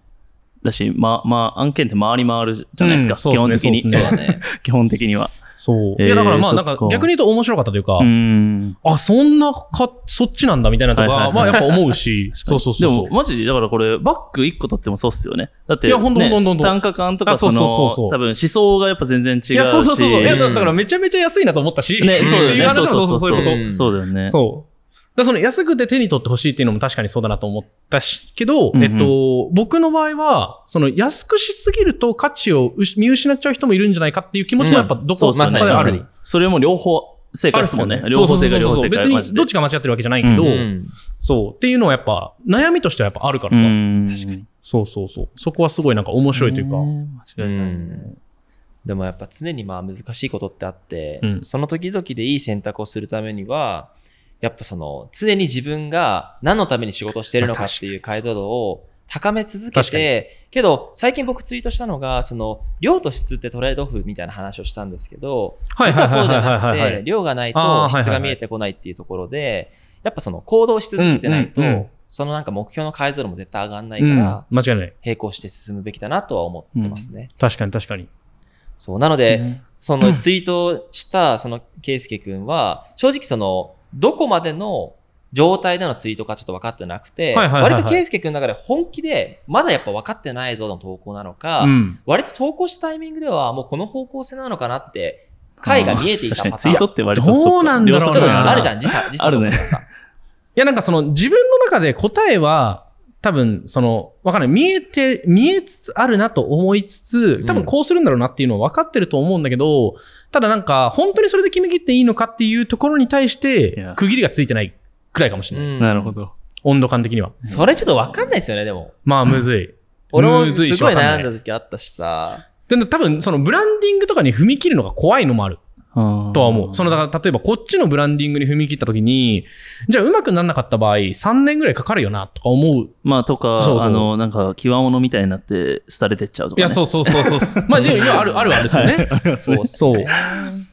Speaker 1: だし、まあ、まあ、案件って回り回るじゃないですか、
Speaker 2: うんそうっ
Speaker 1: 基
Speaker 2: す
Speaker 1: 本
Speaker 2: ね
Speaker 1: 的に。
Speaker 2: そうっす
Speaker 4: そうだね。
Speaker 1: 基本的には。
Speaker 2: 当にそうっす。そう。
Speaker 1: えー
Speaker 2: いや、だからまあ、
Speaker 1: そ
Speaker 2: な
Speaker 1: っ
Speaker 2: ん
Speaker 1: か
Speaker 2: か逆に言うと面白かったというか
Speaker 1: う、ん。
Speaker 2: あ、そんなか、そっちなんだみたいなとか、
Speaker 1: はいはいはい
Speaker 2: まあやっぱ思 うし、そうそうそう
Speaker 1: で
Speaker 2: そう。
Speaker 1: も、マジで、だからこれ、バック1個取ってもそうっすよね。だって、
Speaker 2: いやほんと
Speaker 1: ね
Speaker 2: ほんとほんと
Speaker 1: 単価感とか、
Speaker 2: あそ
Speaker 1: そうの、
Speaker 2: そうそうそう
Speaker 1: 多分思想がやっぱ全然違うし。
Speaker 2: いや、そうそうそうそう。いや、だだから
Speaker 1: ね、
Speaker 2: めちゃめちゃ安いなと思ったし、
Speaker 1: そうだ
Speaker 2: って
Speaker 1: よ
Speaker 2: いう
Speaker 1: ね。
Speaker 2: 話
Speaker 1: そう
Speaker 2: はそ
Speaker 1: そううそうう。
Speaker 2: そ、そういうこと。
Speaker 4: ん
Speaker 1: そうだよね。
Speaker 2: そう。だからその安くて手に取ってほしいっていうのも確かにそうだなと思ったし、けど、
Speaker 1: うんうん
Speaker 2: えっと、僕の場合は、その安くしすぎると価値をうし見失っちゃう人もいるんじゃないかっていう気持ちもやっぱどこ
Speaker 4: うんそう
Speaker 2: か
Speaker 4: まさ
Speaker 2: で
Speaker 4: に
Speaker 2: あ
Speaker 4: まさ
Speaker 2: る
Speaker 4: に。
Speaker 1: それも両方正
Speaker 2: あ
Speaker 1: 解で
Speaker 2: るっ
Speaker 1: す
Speaker 2: す
Speaker 1: も
Speaker 2: よ
Speaker 1: ん
Speaker 2: ね
Speaker 1: ね。。両方
Speaker 2: そうそう
Speaker 1: 正
Speaker 2: そう
Speaker 1: 解、
Speaker 2: そう
Speaker 1: 両方正解。
Speaker 2: 別
Speaker 1: マジ
Speaker 2: に
Speaker 1: で
Speaker 2: どっちが間違ってるわけじゃないけど、
Speaker 1: うん
Speaker 4: うん
Speaker 2: そう。っていうのはやっぱ悩みとしてはやっぱあるからさ。
Speaker 1: うん
Speaker 4: 確かに
Speaker 2: そうそうそう。そこはすごいなんか面白いというか。
Speaker 1: ね間違いないね
Speaker 4: うんでもやっぱ常にまあ難しいことってあって、
Speaker 2: うん
Speaker 4: その時々でいい選択をするためには、やっぱその常に自分が何のために仕事をしてるのかっていう解像度を高め続け
Speaker 2: 確か
Speaker 4: て、けど最近僕ツイートしたのが、その量と質ってトレードオフみたいな話をしたんですけど、
Speaker 2: はい
Speaker 4: 実
Speaker 2: はいは
Speaker 4: はそう
Speaker 2: い
Speaker 4: じ
Speaker 2: は
Speaker 4: ゃ
Speaker 2: い
Speaker 4: な
Speaker 2: はいは
Speaker 4: くて
Speaker 2: い。、
Speaker 4: 量がない
Speaker 2: あ
Speaker 4: と
Speaker 2: ーはいはいはい
Speaker 4: 質が見えてこないっていうところで、やっぱその行動し続けてないと
Speaker 2: うんうんうん、
Speaker 4: そのなんか目標の解像度も絶対上がんないか
Speaker 2: うん、
Speaker 4: ら
Speaker 2: 間、違いない。
Speaker 4: 並行して進むべきだなとは思ってますね。
Speaker 2: 確かに確かに。
Speaker 4: そう。なので、そのツイートした、その、ケイスケ君は、正直その、どこまでの状態でのツイートかちょっと分かってなくて、
Speaker 2: はいはいはいはい
Speaker 4: 割とケイスケ君の中で本気で、まだやっぱ分かってないぞの投稿なのか、
Speaker 2: うん。
Speaker 4: 割と投稿したタイミングでは、もうこの方向性なのかなって、回が見えていた
Speaker 1: 確
Speaker 4: パ
Speaker 1: か
Speaker 4: タ
Speaker 1: に、ツイ
Speaker 4: ーン。
Speaker 1: ー
Speaker 4: ちょ
Speaker 1: トっ
Speaker 4: っ
Speaker 1: て割とそう
Speaker 2: どうなんだろうな
Speaker 1: 両
Speaker 4: と
Speaker 1: サイドだ
Speaker 4: あ
Speaker 1: な
Speaker 4: るじゃん、時差、時差
Speaker 1: あるね
Speaker 4: とかさ
Speaker 2: いや、なんかその自分の中で答えは、多分、その、わかんない。見えて、見えつつあるなと思いつつ、多分こうするんだろうなっていうのは分かってると思うんだけど、ただなんか、本当にそれで決め切っていいのかっていうところに対し
Speaker 1: い
Speaker 2: て
Speaker 1: や、
Speaker 2: 区切りがついてないくらいかもしれ
Speaker 4: う
Speaker 2: ない。
Speaker 4: ん
Speaker 1: なるほ。ど。
Speaker 2: 温度感的には。
Speaker 4: それちょっと分かんないですよね、でも。
Speaker 2: まあ、むずい。
Speaker 4: 俺も
Speaker 2: む
Speaker 4: す
Speaker 2: ず
Speaker 4: ごい
Speaker 2: しわか
Speaker 4: 悩
Speaker 2: なんい
Speaker 4: だ時あったしさ。
Speaker 2: で多分、そのブランディングとかに踏み切るのが怖いのもある。とは思う。その、だから、例えばこっちのブランディングに踏み切ったときに、じゃあうまくならなかった場合、3年ぐらいかかるよな、とか思う。
Speaker 1: まあ、とか、
Speaker 2: そうそう
Speaker 1: あの、なんか、極物みたいになって、廃れてっちゃうとか、ね。
Speaker 2: いや、そうそうそうそうそう。 まあ、でも、いやある、あるあるですよね。
Speaker 4: そうっす
Speaker 2: そう。
Speaker 4: ね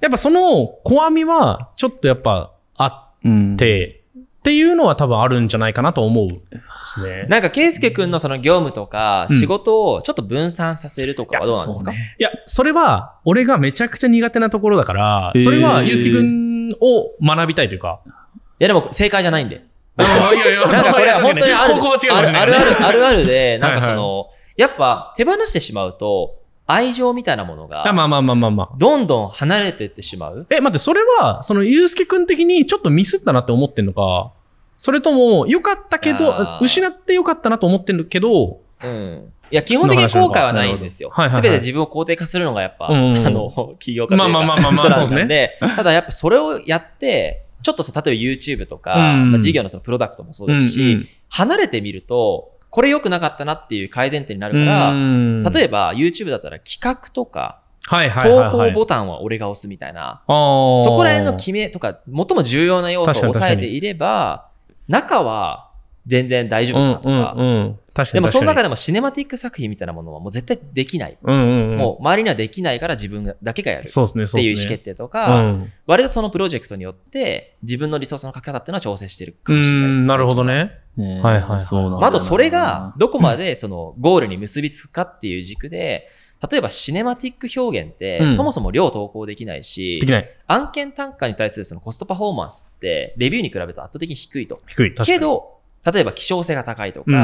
Speaker 2: やっぱその、怖みは、ちょっとやっぱ、あ
Speaker 1: うん。
Speaker 2: っ、て、っていうのは多分あるんじゃないかなと思うですね。
Speaker 4: なんか、圭介君のその業務とか、
Speaker 2: うん
Speaker 4: 仕事をちょっと分散させるとかはどうなんですか、
Speaker 2: いや、それは、俺がめちゃくちゃ苦手なところだから、
Speaker 1: へー
Speaker 2: それは、ゆうすけくんを学びたいというか。
Speaker 4: いや、でも正解じゃないんで。
Speaker 2: あいやいや、
Speaker 4: なんかこれは本当にある、
Speaker 2: 高校は違う
Speaker 4: あ
Speaker 2: かもしれ
Speaker 4: る
Speaker 2: ない
Speaker 4: あるあるあるあるで、なんかそ
Speaker 2: は
Speaker 4: の、やっぱ手放してしまうと、愛情みたいなもの
Speaker 2: あ
Speaker 4: が、
Speaker 2: まあまあまあまあまあ。
Speaker 4: どんどん離れてってしまう。
Speaker 2: え、待って、それは、その、ゆうすけくん的にちょっとミスったなって思ってんのか、それとも、良かったけど、
Speaker 4: あー
Speaker 2: 失って良かったなと思ってんのけど、
Speaker 4: うん。いや、基本的に後悔はないんですよ。
Speaker 2: なるほどはいはいは
Speaker 4: す
Speaker 2: い
Speaker 4: べて自分を肯定化するのがやっぱ、
Speaker 2: うんうんうん
Speaker 4: あの、 企業家というか、
Speaker 2: まあまあまあまあまあ
Speaker 4: 人なん
Speaker 2: そうです
Speaker 4: で、ただやっぱそれをやって、ちょっとさ、例えば YouTube とか、
Speaker 2: うん
Speaker 4: まあ、事業のそのプロダクトもそうですし、
Speaker 2: うん
Speaker 4: 離れてみると、これ良くなかったなっていう改善点にな
Speaker 2: う
Speaker 4: る
Speaker 2: ん、
Speaker 4: から、例
Speaker 2: え
Speaker 4: えば YouTube だったら企画とか、
Speaker 2: ば、はいはいはい
Speaker 4: 投
Speaker 2: は
Speaker 4: 稿
Speaker 2: い、
Speaker 4: ボタンは俺が押すみたいな、
Speaker 2: あー
Speaker 4: そこら辺の決めとか、最も重要な要素を
Speaker 2: 確かに
Speaker 4: 抑えていれば、中は全然大丈夫
Speaker 2: う
Speaker 4: だ
Speaker 2: ん
Speaker 4: なとか、
Speaker 2: うんうん。確かに確かに。
Speaker 4: でもその中でもシネマティック作品みたいなものはもう絶対できない。
Speaker 2: うんうんうん。
Speaker 4: もう周りにはできないから自分だけがやるっ
Speaker 2: そうですね、そ
Speaker 4: て
Speaker 2: う
Speaker 4: い
Speaker 2: で
Speaker 4: う意
Speaker 2: す
Speaker 4: 思
Speaker 2: ね。
Speaker 4: 決定とか、
Speaker 2: うん。
Speaker 4: 割とそのプロジェクトによって自分のリソースの書き方っていうのは調整してるか
Speaker 2: う
Speaker 4: もしれないで
Speaker 2: ん、
Speaker 4: す。
Speaker 2: なるほどね。
Speaker 1: ね
Speaker 2: はいはいはい
Speaker 1: そうなんだよ
Speaker 4: ま
Speaker 1: な
Speaker 4: あ、あとそれが、どこまでそのゴールに結びつくかっていう軸で、例えばシネマティック表現っ
Speaker 2: う
Speaker 4: て
Speaker 2: ん
Speaker 4: そもそも量投稿できないし、
Speaker 2: できない。
Speaker 4: 案件単価に対するそのコストパフォーマンスって、レビューに比べると圧倒的に低いと。
Speaker 2: 低い。確かに。
Speaker 4: けど、例えば希少性が高いと
Speaker 2: う
Speaker 4: か、
Speaker 2: ん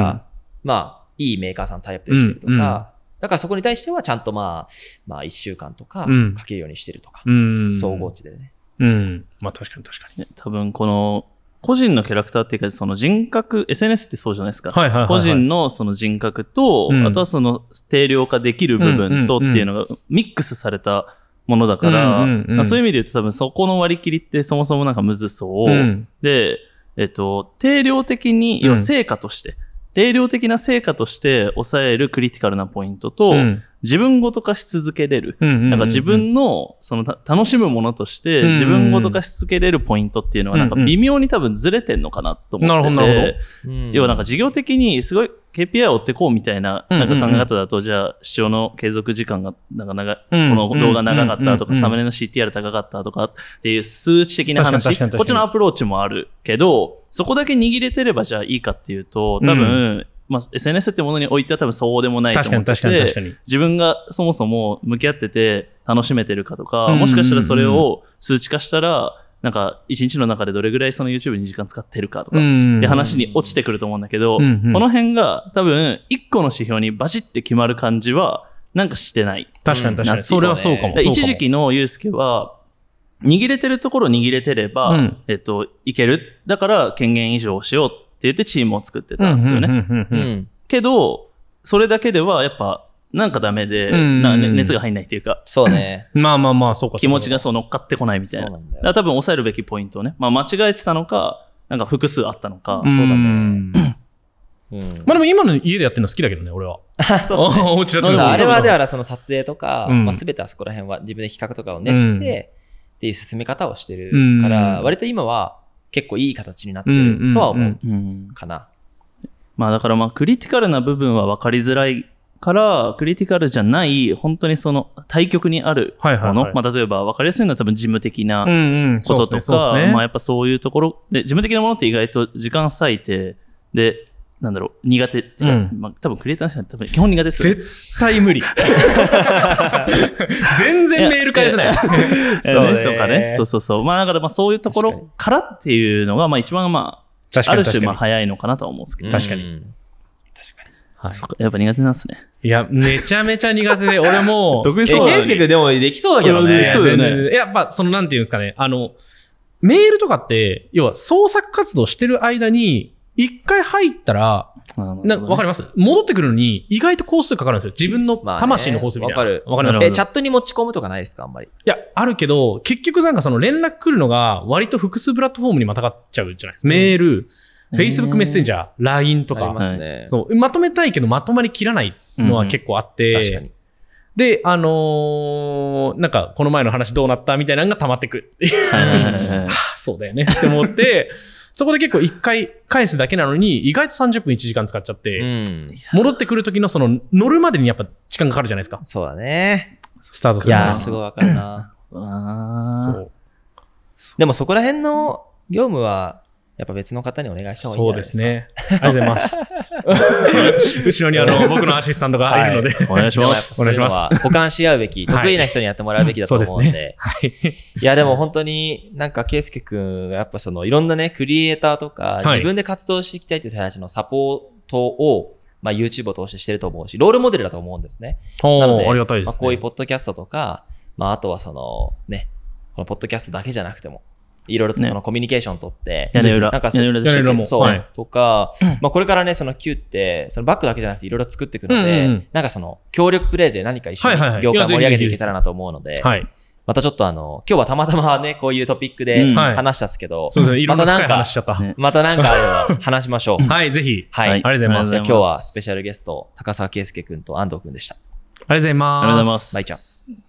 Speaker 4: まあ、いいメーカーさんタイアップできてるとか、
Speaker 2: うんうん
Speaker 4: だからそこに対してはちゃんとまあ、まあ1週間とか
Speaker 2: うん
Speaker 4: かけるようにしてるとか、
Speaker 2: うん。
Speaker 4: 総合値でね。
Speaker 2: うん。まあ確かに確か
Speaker 1: ね多分この、個人のキャラクターっていうか、その人格、SNS ってそうじゃないですか。
Speaker 2: に。はいはいはいはい。
Speaker 1: 個人のその人格と、
Speaker 2: うん
Speaker 1: あとはその定量化できる部分とっ
Speaker 2: うん
Speaker 1: て
Speaker 2: うんうん
Speaker 1: いうのがミックスされたものだから、
Speaker 2: うんうんうん
Speaker 1: まあそういう意味で言うと多分そこの割り切りってそもそもなんかむずそう。
Speaker 2: うん
Speaker 1: で、えっと、定量的に、
Speaker 2: うん
Speaker 1: 要は成果として、定量的な成果として抑えるクリティカルなポイントと、
Speaker 2: うん
Speaker 1: 自分ごと化し続けれる。
Speaker 2: うんうう
Speaker 1: なんか自分の、その、た楽しむものとして
Speaker 2: うんうん、
Speaker 1: 自分ごと化し続けれるポイントっていうのは、なんか微妙に多分ずれてんのかなと思ってて、
Speaker 2: うんうんなるほどなるほど
Speaker 4: うん
Speaker 1: 要はなんか事業的にすごい KPI を追ってこうみたいな
Speaker 2: うん
Speaker 1: な
Speaker 2: うん
Speaker 1: ん
Speaker 2: う
Speaker 1: か
Speaker 2: ん
Speaker 1: 考え方だと、じゃあ視聴の継続時間がなんか長い、
Speaker 2: うん
Speaker 1: この動画長かったと
Speaker 2: うんうんうんうん
Speaker 1: か、サムネの CTR 高かったとかっていう数値的な
Speaker 2: 確かに
Speaker 1: 話、
Speaker 2: 確かに確かに
Speaker 1: こっちのアプローチもあるけど、そこだけ握れてればじゃあいいかっていうと、多分、まあ、SNS ってものにおいては多分そうでもないと
Speaker 2: 確か
Speaker 1: 思っ
Speaker 2: に
Speaker 1: て
Speaker 2: 確かに確
Speaker 1: て
Speaker 2: か、に。
Speaker 1: 自分がそもそも向き合ってて楽しめてるかと
Speaker 2: うんうん
Speaker 1: か、
Speaker 2: うん
Speaker 1: もしかしたらそれを数値化したら、なんか一日の中でどれぐらいその YouTube に時間使ってるかとか、
Speaker 2: ん
Speaker 1: って話に落ちてくると思うんだけど、
Speaker 2: うんうん
Speaker 1: この辺が多分一個の指標にバシッて決まる感じはなんかしてない。
Speaker 2: 確かに確か
Speaker 1: う
Speaker 2: に。
Speaker 1: ん
Speaker 2: それはそうかも。
Speaker 1: だから一時期のユうスケは、握れてるところ握れてれば、
Speaker 2: うん
Speaker 1: えっと、いける。だから権限以上をしようって言ってチームを作ってたんですよね。
Speaker 2: ね
Speaker 4: うん、
Speaker 1: けど、それだけではやっぱなんかダメで、
Speaker 2: うん
Speaker 1: なね熱が入んないっていうか、
Speaker 4: そう ね。
Speaker 2: まあまあまあ、そうか。
Speaker 1: 気持ちが
Speaker 2: そ
Speaker 1: そう乗っかってこないみたい
Speaker 4: そ
Speaker 1: うな。
Speaker 4: なんだ
Speaker 1: だ
Speaker 4: よ。
Speaker 1: から多分抑えるべきポイントをね、まあ間違えてたのか、なんか複数あったのか、
Speaker 2: うか。
Speaker 4: そうだね
Speaker 2: うん
Speaker 4: うん
Speaker 2: まあでも今の家でやってるの好きだけどね、俺は。
Speaker 4: あそうそう
Speaker 2: お家でやってる
Speaker 4: だか
Speaker 2: の
Speaker 4: らあれはだ
Speaker 2: は
Speaker 4: からその撮影とか、
Speaker 2: うん
Speaker 4: まあ、全てあそこら辺は自分で企画とかを練って、
Speaker 2: うん
Speaker 4: っていう進め方をしてる
Speaker 2: うん
Speaker 4: から、割と今は結構いい形になって
Speaker 2: うんうん
Speaker 4: るとは思う
Speaker 1: うん
Speaker 4: かな。
Speaker 1: まあだからまあクリティカルな部分は分かりづらいから、クリティカルじゃない、本当にその対極にあるもの、
Speaker 2: はいはいはい
Speaker 1: まあ例えば分かりやすいのは多分事務的な
Speaker 2: うんうん。
Speaker 1: こ
Speaker 2: そう
Speaker 1: と
Speaker 2: っすね
Speaker 1: と
Speaker 2: そうっ
Speaker 1: か、
Speaker 2: すね
Speaker 1: まあやっぱそういうところで、事務的なものって意外と時間割いて、で、なんだろう、苦手っていうか、
Speaker 2: うん
Speaker 1: まあ多分クリエイターの人は多分基本苦手ですよね
Speaker 2: 絶対 無理。全然メール返せない。
Speaker 1: そうねとかね。そうそうそう。まあだからまあそういうところからっていうのが、まあ一番まあ、あ
Speaker 2: 確か
Speaker 1: る
Speaker 2: に
Speaker 1: 種
Speaker 2: 確
Speaker 1: まあ
Speaker 2: か
Speaker 1: 早いのかなとは思うんですけど。
Speaker 2: 確かに
Speaker 4: うん
Speaker 2: に。
Speaker 1: そっかやっぱ苦手なんですね。
Speaker 2: いや、めちゃめちゃ苦手で、俺 も、
Speaker 1: 得意
Speaker 4: え、
Speaker 1: そうなの
Speaker 4: ケイ
Speaker 1: に
Speaker 4: スケ君でもできそうだけど
Speaker 1: いや
Speaker 4: ね
Speaker 1: でき。そうだよね
Speaker 2: いや全然やっぱ、その、なんていうんですかね。あの、メールとかって、要は創作活動してる間に、一回入ったら、なわかります戻ってくるのに、意外と工数かかるんですよ。自分の
Speaker 4: まあね
Speaker 2: 魂の工数みたいな。
Speaker 4: わかる
Speaker 2: わかります
Speaker 1: な
Speaker 4: え、
Speaker 1: るほど
Speaker 4: チャットに持ち込むとかないですかあんまり。
Speaker 2: いや、あるけど、結局なんかその連絡来るのが、割と複数プラットフォームにまたがっちゃうじゃないですか。メール、Facebook メッセンジャー、LINE と
Speaker 4: あり
Speaker 2: か。
Speaker 4: ますね。
Speaker 2: そう。まとめたいけど、まとまりきらないのは結構あって。
Speaker 4: 確かに。
Speaker 2: で、あのーなんか、この前の話どうなったみたいなのが溜まってく っていう。
Speaker 1: はいはいはいはい
Speaker 2: あそうだよねって思って、 そこで結構一回返すだけなのに、意外と30分1時間使っちゃって、
Speaker 4: うん。
Speaker 2: 戻ってくる時のその、乗るまでにやっぱ時間かかるじゃないですか。
Speaker 4: そうだね。
Speaker 2: スタートす
Speaker 4: い
Speaker 2: るの
Speaker 4: やー、
Speaker 2: が。
Speaker 4: すごいわかるな。
Speaker 1: あー
Speaker 2: そう。
Speaker 4: でもそこら辺の業務は、やっぱ別の方にお願いした方がいい
Speaker 2: そう
Speaker 4: んじゃない
Speaker 2: で
Speaker 4: です
Speaker 2: すね。
Speaker 4: か。
Speaker 2: ありがとうございま す。後ろにあの、僕のアシスタントがいるので。
Speaker 1: お願いし
Speaker 4: でも
Speaker 1: ま
Speaker 4: やっぱ
Speaker 1: す。
Speaker 4: そういうの
Speaker 2: お願
Speaker 4: は補完し合うべき、
Speaker 2: はい
Speaker 4: 得意な人にやってもらうべきだと思
Speaker 2: そううんで、
Speaker 4: です
Speaker 2: はい。
Speaker 4: いやでも本当になんか圭介くんがやっぱそのいろんなね、クリエイターとか
Speaker 2: はい
Speaker 4: 自分で活動していきたいっていう人たちのサポートをまあ YouTube を通してしてると思うし、ロールモデルだと思うんですね。
Speaker 2: お
Speaker 4: なので
Speaker 2: ーありがたいで
Speaker 4: まあ、
Speaker 2: す、ね。
Speaker 4: こういうポッドキャストとか、まあ、あとはそのね、このポッドキャストだけじゃなくても、いろいろと
Speaker 1: ね
Speaker 4: そのコミュニケーション取って、
Speaker 1: 屋根裏。
Speaker 4: なんか
Speaker 1: 屋根裏でした
Speaker 2: 屋根
Speaker 1: っけ
Speaker 2: 裏も。
Speaker 4: そう、
Speaker 2: はい。
Speaker 4: とか、まあ、これからね、その Q って、そのバックだけじゃなくていろいろ作っていくので、
Speaker 2: うんうんうん
Speaker 4: なんかその協力プレイで何か一緒
Speaker 2: はいはいは
Speaker 4: に
Speaker 2: い
Speaker 4: 業界を盛り上げてい
Speaker 2: いやぜひぜひ
Speaker 4: けたらなと思うので、
Speaker 2: はい。
Speaker 4: またちょっとあの、今日はたまたまね、こういうトピック
Speaker 1: う
Speaker 4: で
Speaker 1: ん
Speaker 2: はい
Speaker 4: 話したんですけど、
Speaker 2: そうですね。いろ
Speaker 4: ま
Speaker 2: ん
Speaker 4: た
Speaker 2: な
Speaker 4: な
Speaker 2: 深
Speaker 4: ん
Speaker 2: い話
Speaker 4: か
Speaker 2: し、ちゃった。
Speaker 1: ね
Speaker 4: またなんかあれば話しましょう。
Speaker 2: はい、ぜひ。
Speaker 4: はい。
Speaker 1: はい
Speaker 2: ありがとうございます
Speaker 4: じゃあ
Speaker 1: あり
Speaker 4: 今日
Speaker 1: がとうございます
Speaker 4: はスペシャルゲスト、高沢圭介くんと安藤くんでした。
Speaker 2: ありがとうございます。
Speaker 1: ありがとうございます。
Speaker 4: バイちゃん
Speaker 1: す。